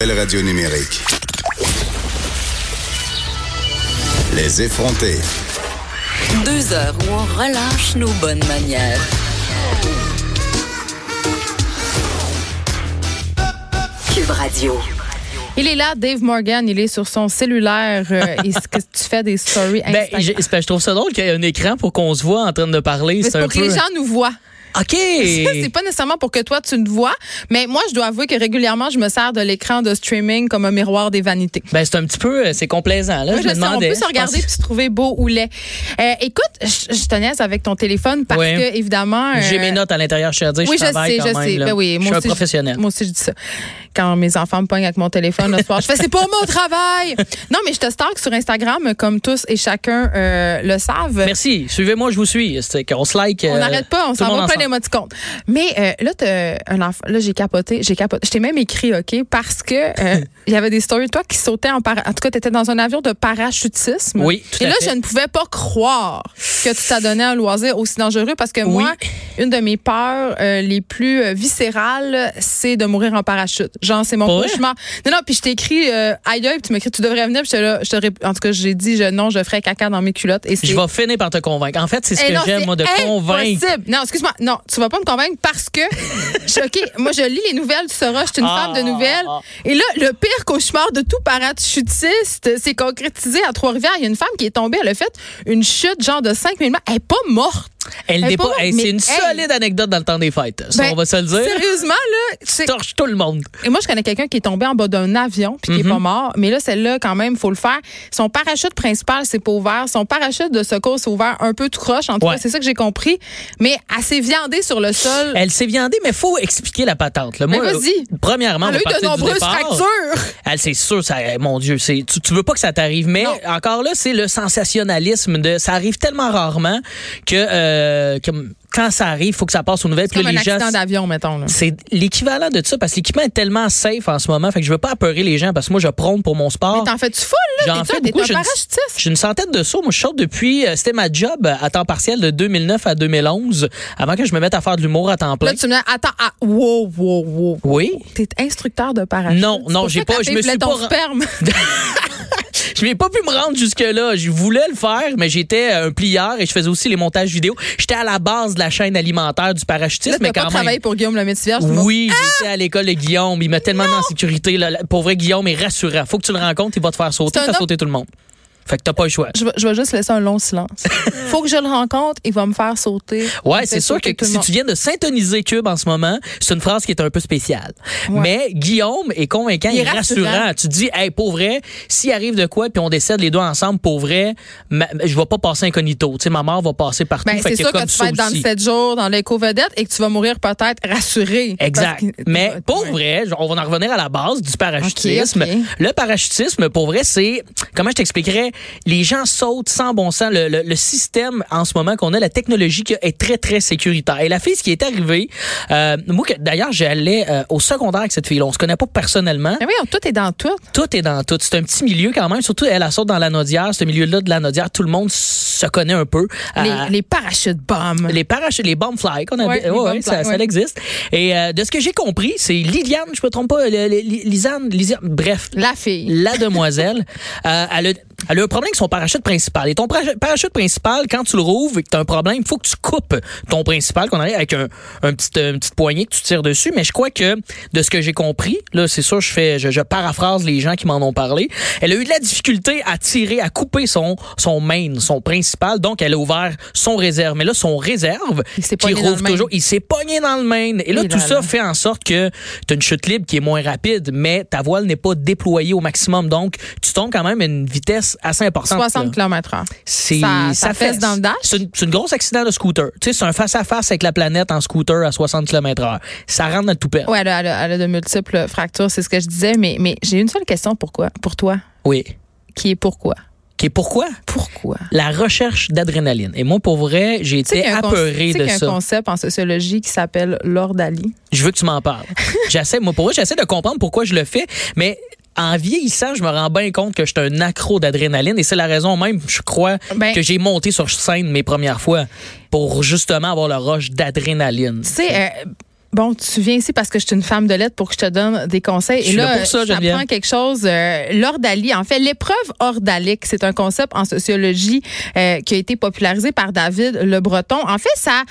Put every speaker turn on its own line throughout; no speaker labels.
Belle radio numérique. Les effronter.
Deux heures où on relâche nos bonnes manières. Cube Radio.
Il est là, Dave Morgan, il est sur son cellulaire. euh, et ce que tu fais des stories
Ben,
Instagram?
je, c'est parce que je trouve ça drôle qu'il y ait un écran pour qu'on se voit en train de parler.
Mais c'est
C'est
pour
un
que
peu.
les gens nous voient.
OK.
c'est pas nécessairement pour que toi tu nous vois, mais moi je dois avouer que régulièrement je me sers de l'écran de streaming comme un miroir des vanités.
Ben, c'est un petit peu, euh, c'est complaisant. Là,
Moi,
je me
je sais, on
demandais.
peut se
je pense-
regarder puis se trouver beau ou laid. Euh, écoute, je, je te niaise avec ton téléphone parce
Ouais.
que, évidemment. euh,
J'ai mes notes à l'intérieur, je suis à dire,
Oui,
je
je
travaille
sais,
quand
je
même,
sais.
là.
Ben oui,
je
moi
suis un
aussi,
professionnel.
Moi aussi, je dis ça. Quand mes enfants me pognent avec mon téléphone le soir, je fais c'est pour mon travail. Non, mais je te stalk sur Instagram, comme tous et chacun euh, le savent.
Merci. Suivez-moi, je vous suis. C'est qu'on se like.
On
euh,
n'arrête pas, on
tout le
s'en
monde
va plein
ensemble.
d'émoticônes. Mais euh, là, t'as un enfant. Là, j'ai capoté, j'ai capoté. Je t'ai même écrit, OK, parce que euh, il y avait des stories de toi qui sautaient en para- En tout cas, t'étais dans un avion de parachutisme.
Oui, tout
Et
à
là,
fait.
je ne pouvais pas croire que tu t'adonnais à un loisir aussi dangereux parce que
Oui.
moi, une de mes peurs euh, les plus euh, viscérales, c'est de mourir en parachute. Genre, c'est mon
Pas vrai?
cauchemar. Non, non, puis je t'ai écrit euh, aïe, aïe, puis tu m'écris, tu devrais venir. Puis j'étais là, je te rép- en tout cas, j'ai dit, je, non, je ferais caca dans mes culottes. Et c'est
Je vais finir par te convaincre. En fait, c'est ce
eh
que
non,
j'aime,
c'est
moi, de convaincre.
impossible. Non, excuse-moi. Non, tu vas pas me convaincre parce que, je- OK, moi, je lis les nouvelles, tu sauras, je suis une
Ah,
femme de nouvelles.
ah,
Et là, le pire cauchemar de tout parachutiste s'est concrétisé à Trois-Rivières. Il y a une femme qui est tombée, elle a fait une chute, genre de 5000 mètres. Elle est pas morte.
Elle
Eh,
n'est pas.
pas-
eh,
mais,
c'est une
hey.
solide anecdote dans le temps des fêtes. Ça,
Ben,
on va se le dire.
Sérieusement, là, tu sais-
Torche tout le monde.
Et moi, je connais quelqu'un qui est tombé en bas d'un avion puis qui
Mhm.
est pas mort. Mais là, celle-là, quand même, faut le faire. Son parachute principal, c'est pas ouvert. Son parachute de secours, c'est ouvert un peu tout croche. En tout
Ouais.
cas, c'est ça que j'ai compris. Mais assez viandée sur le sol.
Elle s'est viandée, mais faut expliquer la patente. là.
Mais
Moi,
Ben, vas-y.
euh, Premièrement,
Elle
on
a
va
eu de
partir du
nombreuses
départ.
fractures.
Elle, c'est sûr, ça, eh, mon Dieu, c'est, tu, tu veux pas que ça t'arrive, mais
Non.
encore là, c'est le sensationnalisme de, ça arrive tellement rarement que, euh, que quand ça arrive, faut que ça passe aux nouvelles.
C'est
Puis
comme
là,
un
les gens-
accident d'avion, mettons. là.
c'est l'équivalent de ça parce que l'équipement est tellement safe en ce moment, fait que je veux pas apeurer les gens parce que moi, je prône pour mon sport.
T'en fais-tu full, là?
Ah. J'en
T'es-tu
fais
un- T'es
beaucoup.
un
J'ai une,
parachutiste?
j'ai une centaine de sauts. Moi, je saute depuis, euh, c'était ma job à temps partiel de 2009 à 2011, avant que je me mette à faire de l'humour à temps plein.
Là, tu me dis, attends, ah, wow, wow, wow.
Oui.
T'es instructeur de parachute.
Non,
C'est
non,
pour
j'ai
ça que
pas-
ta
je
fille
me suis
voulait
pas
ton
ren-
sperme.
Je n'ai pas pu me rendre jusque-là. Je voulais le faire, mais j'étais euh, un plieur et je faisais aussi les montages vidéo. J'étais à la base de la chaîne alimentaire du
Là,
parachutisme, mais
t'as pas
quand même.
travaillé pour Guillaume le métier vierge.
Oui, j'étais à l'école de Guillaume. Il m'a tellement mis en sécurité. là. Pour vrai, Guillaume est rassurant. Faut que tu le rencontres, il va te faire sauter.
C'est un
Il fait
homme-
sauter tout le monde. Fait que t'as pas le choix.
Je vais, je vais juste laisser un long silence. Faut que je le rencontre, il va me faire sauter. Il
Ouais,
me
c'est
fait
sûr que
sauter tout le
si
monde.
tu viens de syntoniser Cube en ce moment, c'est une phrase qui est un peu spéciale. Mais Guillaume est convaincant,
Il
il
est
est rassurant.
rassurant.
Tu te dis, hey, pour vrai, s'il arrive de quoi, puis on décède les deux ensemble, pour vrai, ma- je vais pas passer incognito. Tu sais, ma mort va passer partout.
Ben, c'est
Fait que
sûr que
comme
tu
ça
vas être dans le
aussi.
7 jours, dans l'éco-vedette, et que tu vas mourir peut-être rassuré.
Exact. Mais pour vrai, on va en revenir à la base du parachutisme.
Ok, ok.
Le parachutisme, pour vrai, c'est, comment je t'expliquerais, les gens sautent sans bon sens. Le, le- le système en ce moment qu'on a, la technologie qui est très, très sécuritaire. Et la fille, ce qui est arrivé, euh, moi, que- d'ailleurs, j'allais euh, au secondaire avec cette fille-là. On se connaît pas personnellement.
Mais oui, tout est dans tout.
Tout est dans tout. C'est un petit milieu quand même. Surtout, elle, elle saute dans la Nodière. Ce milieu-là de la Nodière, tout le monde se connaît un peu. Euh,
Les, les parachutes bombes.
les parachutes, les bomb fly qu'on a
Ouais, les bomb
ça,
fly,
ça
ouais.
existe. Et euh, de ce que j'ai compris, c'est Liliane, je me trompe pas, le- le- li- Lisanne, Lisanne, bref,
La fille.
la demoiselle, euh, elle, a, elle a un problème avec son parachute principal. Et ton pra- parachute principal, quand tu le rouvres et que tu as un problème, il faut que tu coupes ton principal, qu'on arrive avec un, un petit, euh, une petite poignée que tu tires dessus. Mais je crois que, de ce que j'ai compris, là, c'est sûr, je fais, je, je paraphrase les gens qui m'en ont parlé. Elle a eu de la difficulté à tirer, à couper son, son main, son principal. Donc, elle a ouvert son réserve. Mais là, son réserve,
Il s'est
qui
pogné dans
rouvre
le main.
toujours, il s'est pogné dans le main. Et là,
Et
tout
là,
ça
là.
fait en sorte que tu as une chute libre qui est moins rapide, mais ta voile n'est pas déployée au maximum. Donc, tu tombes quand même à une vitesse assez importante. là.
60 km h
C'est-
Ça- ça fesse dans le dash?
C'est une, c'est une grosse accident de scooter. Tu sais, c'est un face-à-face avec la planète en scooter à 60 km h Ça rentre dans le toupet.
Oui, elle a, elle a- elle a de multiples fractures, c'est ce que je disais, mais, mais j'ai une seule question pourquoi, pour toi,
Oui.
qui est pourquoi?
Qui est pourquoi?
Pourquoi?
La recherche d'adrénaline. Et moi, pour vrai, j'ai
Tu sais
été
qu'il y a un con- tu
apeuré
sais
de
qu'il y a
ça.
un concept en sociologie qui s'appelle l'ordalie.
Je veux que tu m'en parles. j'essaie, moi, pour vrai, j'essaie de comprendre pourquoi je le fais, mais en vieillissant, je me rends bien compte que je suis un accro d'adrénaline et c'est la raison même, je crois,
Ben-
que j'ai monté sur scène mes premières fois pour justement avoir le rush d'adrénaline.
Tu sais, euh, bon, tu viens ici parce que je suis une femme de lettres pour que je te donne des conseils.
Je
Et
suis
là,
là pour ça,
je
Geneviève.
t'apprends quelque chose. euh, L'ordalie, en fait, l'épreuve ordalique, c'est un concept en sociologie euh, qui a été popularisé par David Le Breton. En fait, ça...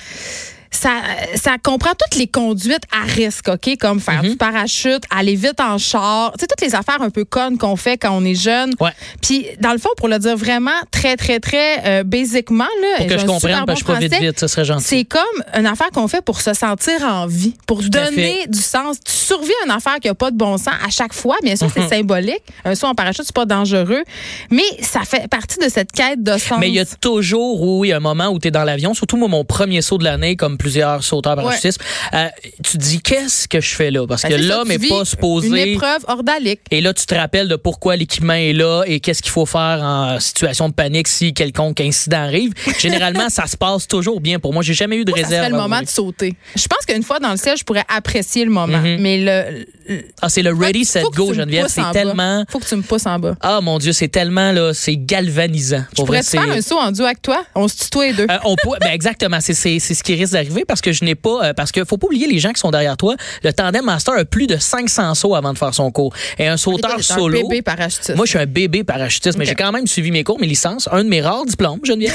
Ça, ça comprend toutes les conduites à risque, OK? Comme faire
Mm-hmm.
du parachute, aller vite en char. Tu sais, toutes les affaires un peu connes qu'on fait quand on est jeune.
Ouais.
Puis, dans le fond, pour le dire vraiment très, très, très euh, basiquement, là,
Pour que
j'ai un
je
super
comprenne,
bon
parce que je suis pas vite,
français.
vite, ce serait gentil.
C'est comme une affaire qu'on fait pour se sentir en vie, pour
à
donner du sens. Tu survis à une affaire qui n'a pas de bon sens à chaque fois. Bien sûr,
Mhm.
c'est symbolique. Un saut en parachute, c'est pas dangereux. Mais ça fait partie de cette quête de sens. Ben,
Mais il y a toujours, oui, un moment où tu es dans l'avion. Surtout, moi, mon premier saut de l'année, comme plusieurs sauteurs parachutistes, euh, tu te dis, qu'est-ce que je fais là? Parce
Ben,
que
c'est ça,
l'homme
tu
n'est
vis
pas
Une
supposé.
épreuve ordalique.
Et là, tu te rappelles de pourquoi l'équipement est là et qu'est-ce qu'il faut faire en situation de panique si quelconque incident arrive. Généralement, ça se passe toujours bien pour moi. J'ai jamais eu de
Moi, ça
réserve.
serait le
à
moment
rouler.
de sauter. Je pense qu'une fois dans le ciel, je pourrais apprécier le moment. Mais le. le-
Ah, c'est le Mhm. ready, set,
faut que tu
go,
me
Geneviève.
pousses en
C'est
bas.
tellement.
Faut que tu me pousses en bas.
Ah, mon Dieu, c'est tellement, là, c'est galvanisant.
Je
Pour
pourrais
vrai,
te faire
c'est-
un saut en duo avec toi. On se tutoie les deux.
Euh, on peut- ben exactement, c'est c'est- c'est ce qui risque d'arriver parce que je n'ai pas, euh, parce que faut pas oublier les gens qui sont derrière toi. Le tandem master a plus de 500 sauts avant de faire son cours et un sauteur
T'es un
solo.
bébé parachutiste.
Moi, je suis un bébé parachutiste, mais
Ok.
j'ai quand même suivi mes cours, mes licences, un de mes rares diplômes, Geneviève.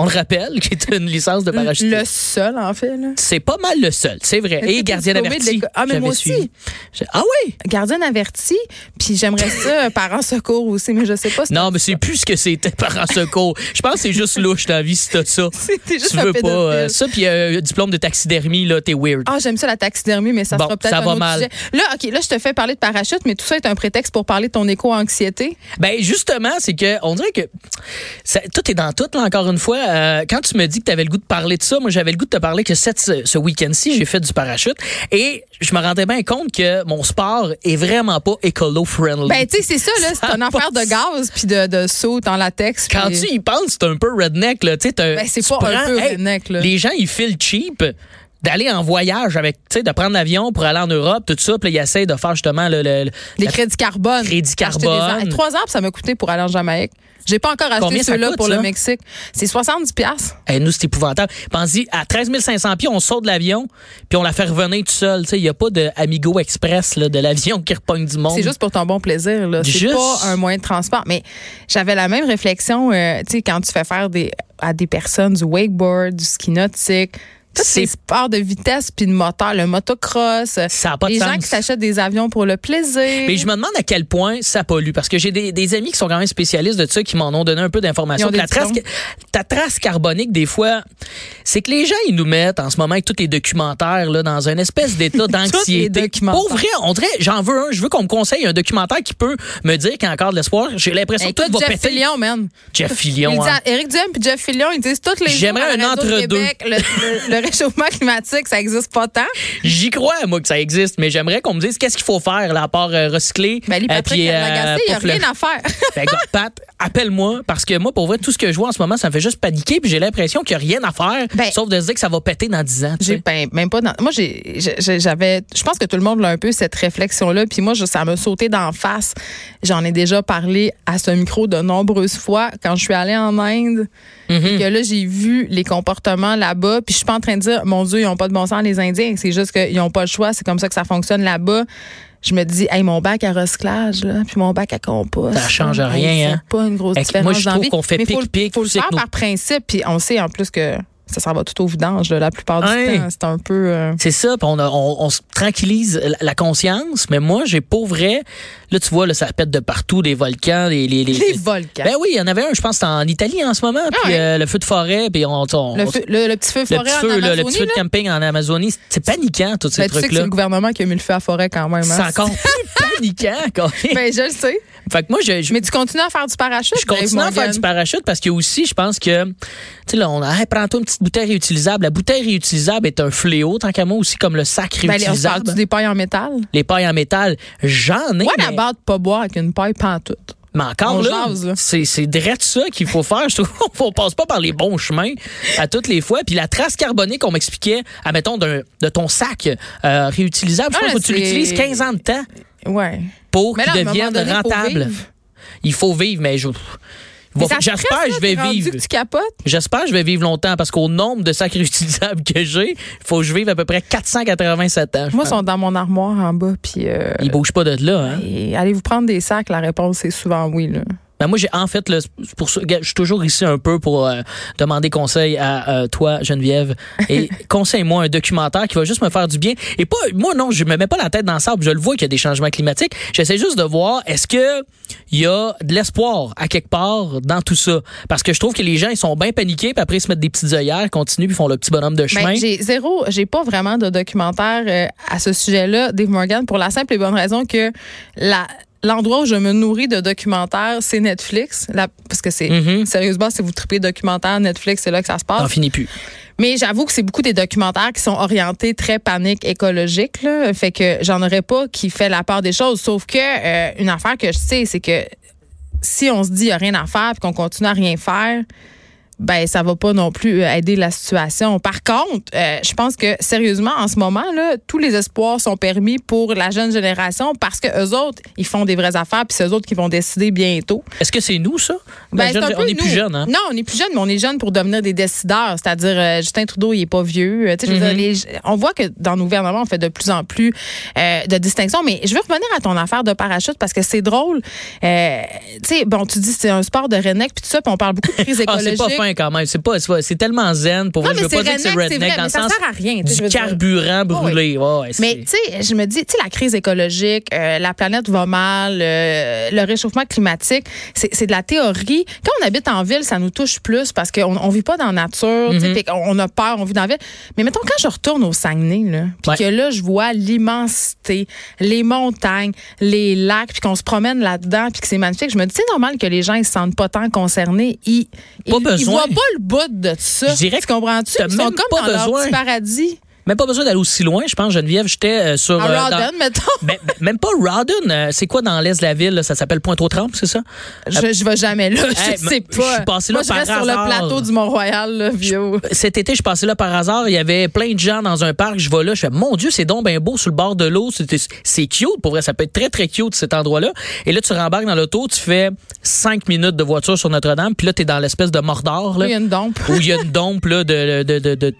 on le rappelle, qui est une licence de parachutiste.
le seul, en fait. Là.
C'est pas mal le seul, c'est vrai.
Mais
Et
t'es
gardien
diplômé de
d'averti.
l'école. Ah, mais
j'avais
moi aussi.
suivi. J'ai- Ah oui.
gardienne avertie, puis j'aimerais ça euh, parents secours aussi, mais je sais pas si
Non, mais c'est plus ce que c'était par un secours. Je pense que c'est juste louche dans la vie si t'as ça.
c'était juste
Tu
un
veux pas
pédophile.
euh, ça, puis euh, diplôme de taxidermie, là, t'es weird.
ah, j'aime ça la taxidermie, mais ça
Bon,
sera peut-être
ça
un
va
autre
mal.
sujet. Là, OK, là, je te fais parler de parachute, mais tout ça est un prétexte pour parler de ton éco-anxiété.
Ben justement, c'est que on dirait que ça- tout est dans tout là, encore une fois. Euh, quand tu me dis que tu avais le goût de parler de ça, moi j'avais le goût de te parler que cette, ce, ce week-end-ci, j'ai fait du parachute et je me rendais bien compte que mon sport est vraiment pas écolo-friendly.
Ben, tu sais, c'est ça, là, c'est
Oh. Ça
un
a
affaire
pas
de
de
gaz puis de, de saut en latex.
quand
puis-
tu y penses, c'est un peu redneck là, tu sais, t'as-
Ben, c'est
tu
pas un
prends-
peu redneck, là.
Les gens ils filent cheap d'aller en voyage avec, tu sais, de prendre l'avion pour aller en Europe, tout ça, puis là, ils essayent de faire justement le, le- le-
Des
la-
crédits carbone.
Crédits
Acheter des ar-
carbone.
Trois arbres, ça m'a coûté pour aller en Jamaïque. J'ai pas encore acheté
Combien ça
ceux-là
coûte,
pour
ça?
le Mexique. C'est 70$. piastres.
Eh, nous, c'est épouvantable. Pense-y, à 13 500 pieds, on saute de l'avion, puis on la fait revenir tout seul. Tu sais, Il n'y a pas de Amigo Express là, de l'avion qui repogne du monde.
C'est juste pour ton bon plaisir. là. C'est
Juste.
pas un moyen de transport. Mais j'avais la même réflexion, euh, tu sais, quand tu fais faire des, à des personnes du wakeboard, du ski nautique, tous
C'est-
ces sports de vitesse puis de moteur, le motocross,
Ça a pas de
les
sens.
gens qui s'achètent des avions pour le plaisir.
Mais je me demande à quel point ça pollue, parce que j'ai des, des amis qui sont quand même spécialistes de ça, qui m'en ont donné un peu
Ils
d'informations.
ont des
La trace,
diplômes.
ta trace carbonique, des fois, c'est que les gens, ils nous mettent en ce moment avec tous les documentaires là, dans une espèce d'état
les
d'anxiété.
documentaires.
Pour vrai, on dirait, j'en veux un, je veux qu'on me conseille un documentaire qui peut me dire qu'il y a encore de l'espoir. J'ai l'impression
Hey,
que tout
écoute,
va
Jeff
péter.
Fillion, man.
Jeff
Ils
Fillion,
disent
hein.
à- Éric Duhem puis Jeff Fillion, ils disent tous les jours
J'aimerais
à la
un
radio de
entre-deux.
Québec, Le, le- le réchauffement climatique, ça existe pas tant.
J'y crois, moi, que ça existe, mais j'aimerais qu'on me dise qu'est-ce qu'il faut faire, là, à part euh, recycler.
Ben, les Patrick
puis, euh,
Lagacé, il n'y a
pas fleur-
rien à faire.
Fait que, Pat, appelle-moi, parce que moi, pour vrai, tout ce que je vois en ce moment, ça me fait juste paniquer, puis j'ai l'impression qu'il n'y a rien à faire,
Ben,
sauf de se dire que ça va péter dans 10 ans. tu
J'ai
sais.
ben- même pas dans- Moi, j'ai- j'ai- j'ai- j'avais. Je pense que tout le monde a un peu cette réflexion-là. Puis moi, je- ça me sauté d'en face. J'en ai déjà parlé à ce micro de nombreuses fois quand je suis allée en Inde.
Mm-hmm.
et que là, j'ai vu les comportements là-bas. Puis je suis pas en train de dire, mon Dieu, ils ont pas de bon sens, les Indiens. C'est juste qu'ils n'ont pas le choix. C'est comme ça que ça fonctionne là-bas. Je me dis, hey, mon bac à recyclage, là, puis mon bac à compost.
Ça change
là, hey,
rien,
c'est
hein.
pas une grosse
Fait que
différence.
moi, je
dans la
trouve
vie.
qu'on fait
Mais faut le-
pic-pic,
Faut le
c'est que
faire
nous-
par principe. Puis on sait en plus que ça s'en va tout au vidange là, la plupart du
Hein?
temps. C'est un peu. euh,
C'est ça, puis on, a- on- on se tranquillise la, la conscience, mais moi, j'ai pour vrai, là, tu vois, là, ça pète de partout, des volcans, les... les, les-
Les volcans. Ah
Ben oui, il y en avait un, je pense, c'était en Italie en ce moment, puis
ouais.
euh, le feu de forêt, puis on... on-
le,
on-
feu- le- le petit feu
le
forêt
petit feu,
en
là,
Amazonie,
le petit feu de
là.
camping en Amazonie, c'est paniquant, tous ces
Ben, tu sais que
trucs-là.
c'est le gouvernement qui a mis le feu à forêt quand même. hein.
C'est encore plus paniquant. quand même.
Ben, je le sais.
fait que moi, je, je,
Mais tu continues à faire du parachute.
je continue à
Dave
faire
Morgan.
du parachute parce que aussi, je pense que, tu sais, là, on a, Hey, prends-toi une petite bouteille réutilisable. La bouteille réutilisable est un fléau, tant qu'à moi aussi, comme le sac
Ben, allez, on se parle
réutilisable.
des pailles en métal.
Les pailles en métal, j'en ai.
Moi, la
mais,
barre de pas boire avec une paille pantoute.
mais encore
on
là,
jase, là.
c'est c'est direct ça qu'il faut faire. Je trouve qu'on passe pas par les bons chemins à toutes les fois. Puis la trace carbonique qu'on m'expliquait, admettons, d'un- de ton sac euh, réutilisable, je
Ah,
pense
là,
que tu
c'est-
l'utilises 15 ans de temps.
Ouais.
pour
Mais
qu'il
là, à un moment
devienne
donné, faut
rentable.
vivre.
il faut vivre, mais je. Il va-
Mais ça stresse,
J'espère que
là,
je vais
t'es rendu
vivre.
que tu capotes.
J'espère que je vais vivre longtemps parce qu'au nombre de sacs réutilisables que j'ai, il faut que je vive à peu près 487 ans. je
Moi,
pense.
ils sont dans mon armoire en bas. Puis, euh,
Ils bougent pas de là. Hein?
et allez-vous prendre des sacs? La réponse est souvent oui. Là.
Ben, moi, j'ai en fait, là, c'est pour ça, regarde, je suis toujours ici un peu pour euh, demander conseil à euh, toi, Geneviève, et conseille-moi un documentaire qui va juste me faire du bien. Et pas, moi non, je me mets pas la tête dans le sable. Je le vois qu'il y a des changements climatiques. J'essaie juste de voir est-ce que il y a de l'espoir à quelque part dans tout ça, parce que je trouve que les gens ils sont bien paniqués, puis après ils se mettent des petites œillères, continuent, puis font le petit bonhomme de chemin.
Ben, j'ai zéro, j'ai pas vraiment de documentaire euh, à ce sujet-là, Dave Morgan, pour la simple et bonne raison que la L'endroit où je me nourris de documentaires, c'est Netflix. La- parce que c'est,
Mhm.
sérieusement, si vous tripez documentaire, Netflix, c'est là que ça se passe.
T'en finis plus.
Mais j'avoue que c'est beaucoup des documentaires qui sont orientés très panique écologique. Là. Fait que j'en aurais pas qui fait la part des choses. Sauf que euh, une affaire que je sais, c'est que si on se dit il n'y a rien à faire puis qu'on continue à rien faire, ben ça va pas non plus euh, aider la situation. Par contre, euh, je pense que sérieusement en ce moment là, tous les espoirs sont permis pour la jeune génération parce que eux autres, ils font des vraies affaires puis c'est eux autres qui vont décider bientôt.
Est-ce que c'est nous ça
Ben,
Ben,
c'est un
je-
peu
On est plus
nous.
jeunes. Hein?
Non, on est plus jeune, mais on est jeune pour devenir des décideurs. C'est-à-dire, euh, Justin Trudeau, il est pas vieux. Euh, tu sais, je veux dire, les- on voit que dans nos gouvernements, on fait de plus en plus euh, de distinctions. Mais je veux revenir à ton affaire de parachute parce que c'est drôle. Euh, tu sais, bon, tu dis c'est un sport de redneck puis tout ça, puis on parle beaucoup de crise
Ah, c'est
écologique.
pas fin quand même. C'est pas, c'est pas- c'est tellement zen. Pour
non,
moi, je
mais
veux
c'est
pas dire que
redneck,
c'est
c'est vrai,
redneck dans
mais
le
ça
sens
sert à rien. tu sais, je
du
veux dire.
carburant brûlé. Ouais, ouais,
Mais tu sais, je me dis, tu sais, la crise écologique, euh, la planète va mal, euh, le réchauffement climatique, c'est c'est de la théorie. Quand on habite en ville, ça nous touche plus parce qu'on on vit pas dans la nature,
Mm-hmm.
tu sais, puis on on a peur, on vit dans la ville. Mais mettons, quand je retourne au Saguenay, là, puis
Ouais.
que là, je vois l'immensité, les montagnes, les lacs, puis qu'on se promène là-dedans, puis que c'est magnifique, je me dis, c'est normal que les gens, ils se sentent pas tant concernés. Ils, ils,
Pas
ils
besoin.
voient pas le bout de ça.
Je dirais
tu comprends-tu?
que t'as
Ils sont
même
comme
pas
dans leur
besoin.
petit paradis.
Même pas besoin d'aller aussi loin, je pense, Geneviève. J'étais euh, sur.
À
euh, dans-
Rawdon, mettons.
Ben, ben, même pas Rawdon. euh, c'est quoi dans l'est de la ville? là? Ça s'appelle pointe aux trembles c'est ça?
Je, je vais jamais là, je
Euh, Hey,
sais
m-
pas.
je suis passé là
Moi, je
par
reste sur le
hasard.
plateau du Mont-Royal, là, vieux.
Cet été, je passais là par hasard. Il y avait plein de gens dans un parc. Je vais là. Je fais, mon Dieu, c'est donc bien beau sur le bord de l'eau. C'était- C'est cute. Pour vrai, ça peut être très, très cute, cet endroit-là. Et là, tu rembarques dans l'auto. Tu fais cinq minutes de voiture sur Notre-Dame. Puis là, t'es dans l'espèce de Mordor. Là.
Il y a une dompe.
où il y a une dompe là, de, de, de, de-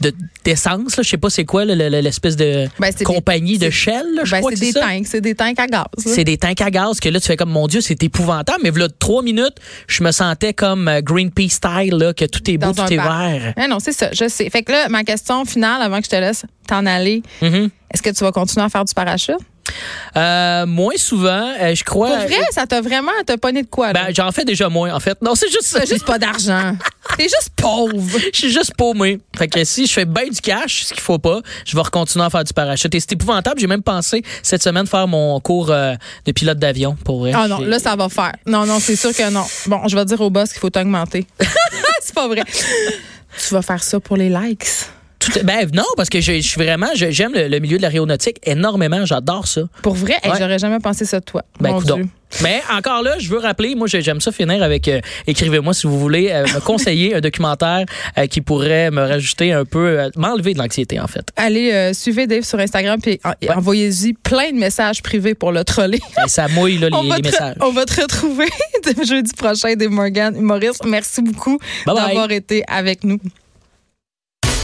de- d'essence, là, je sais pas c'est quoi, là, le- le- l'espèce de
Ben, c'est des-
compagnie de
c'est-
Shell, là, je
Ben,
crois
c'est
que
des
c'est ça.
tanks, c'est des tanks à gaz. là.
C'est des tanks à gaz que là, tu fais comme, mon Dieu, c'est épouvantable. Mais voilà, trois minutes, je me sentais comme euh, Greenpeace style, là, que tout est beau,
Dans un
tout est
parc.
vert.
Hein, non, c'est ça, je sais. Fait que là, ma question finale, avant que je te laisse t'en aller,
Mhm.
est-ce que tu vas continuer à faire du parachute?
Euh, moins souvent, euh, je crois.
Pour vrai, ça t'a vraiment, t'as pogné de quoi, là?
Ben, j'en fais déjà moins, en fait. Non, c'est juste ça.
T'as juste pas d'argent. T'es juste pauvre.
Je suis juste paumé. Fait que si je fais bien du cash, ce qu'il faut pas, je vais continuer à faire du parachute. Et c'est épouvantable. J'ai même pensé cette semaine faire mon cours euh, de pilote d'avion pour vrai.
Ah non,
J'ai-
là, ça va faire. Non, non, c'est sûr que non. Bon, je vais dire au boss qu'il faut t'augmenter. c'est pas vrai. tu vas faire ça pour les likes.
Tout- ben non, parce que je, je suis vraiment, je- j'aime le, le milieu de l'aéronautique énormément. J'adore ça.
Pour vrai, hey,
Ouais.
j'aurais jamais pensé ça de toi.
Ben
Mon
coudonc.
Dieu.
Mais encore là, je veux rappeler, moi j'ai- j'aime ça finir avec euh, écrivez-moi si vous voulez euh, me conseiller un documentaire euh, qui pourrait me rajouter un peu, euh, m'enlever de l'anxiété en fait.
Allez, euh, suivez Dave sur Instagram puis en- et envoyez-y plein de messages privés pour le troller.
Et ça mouille là,
on,
les,
va
les
te,
messages.
on va te retrouver jeudi prochain, Dave Morgan. Maurice, merci beaucoup
Bye bye.
d'avoir été avec nous.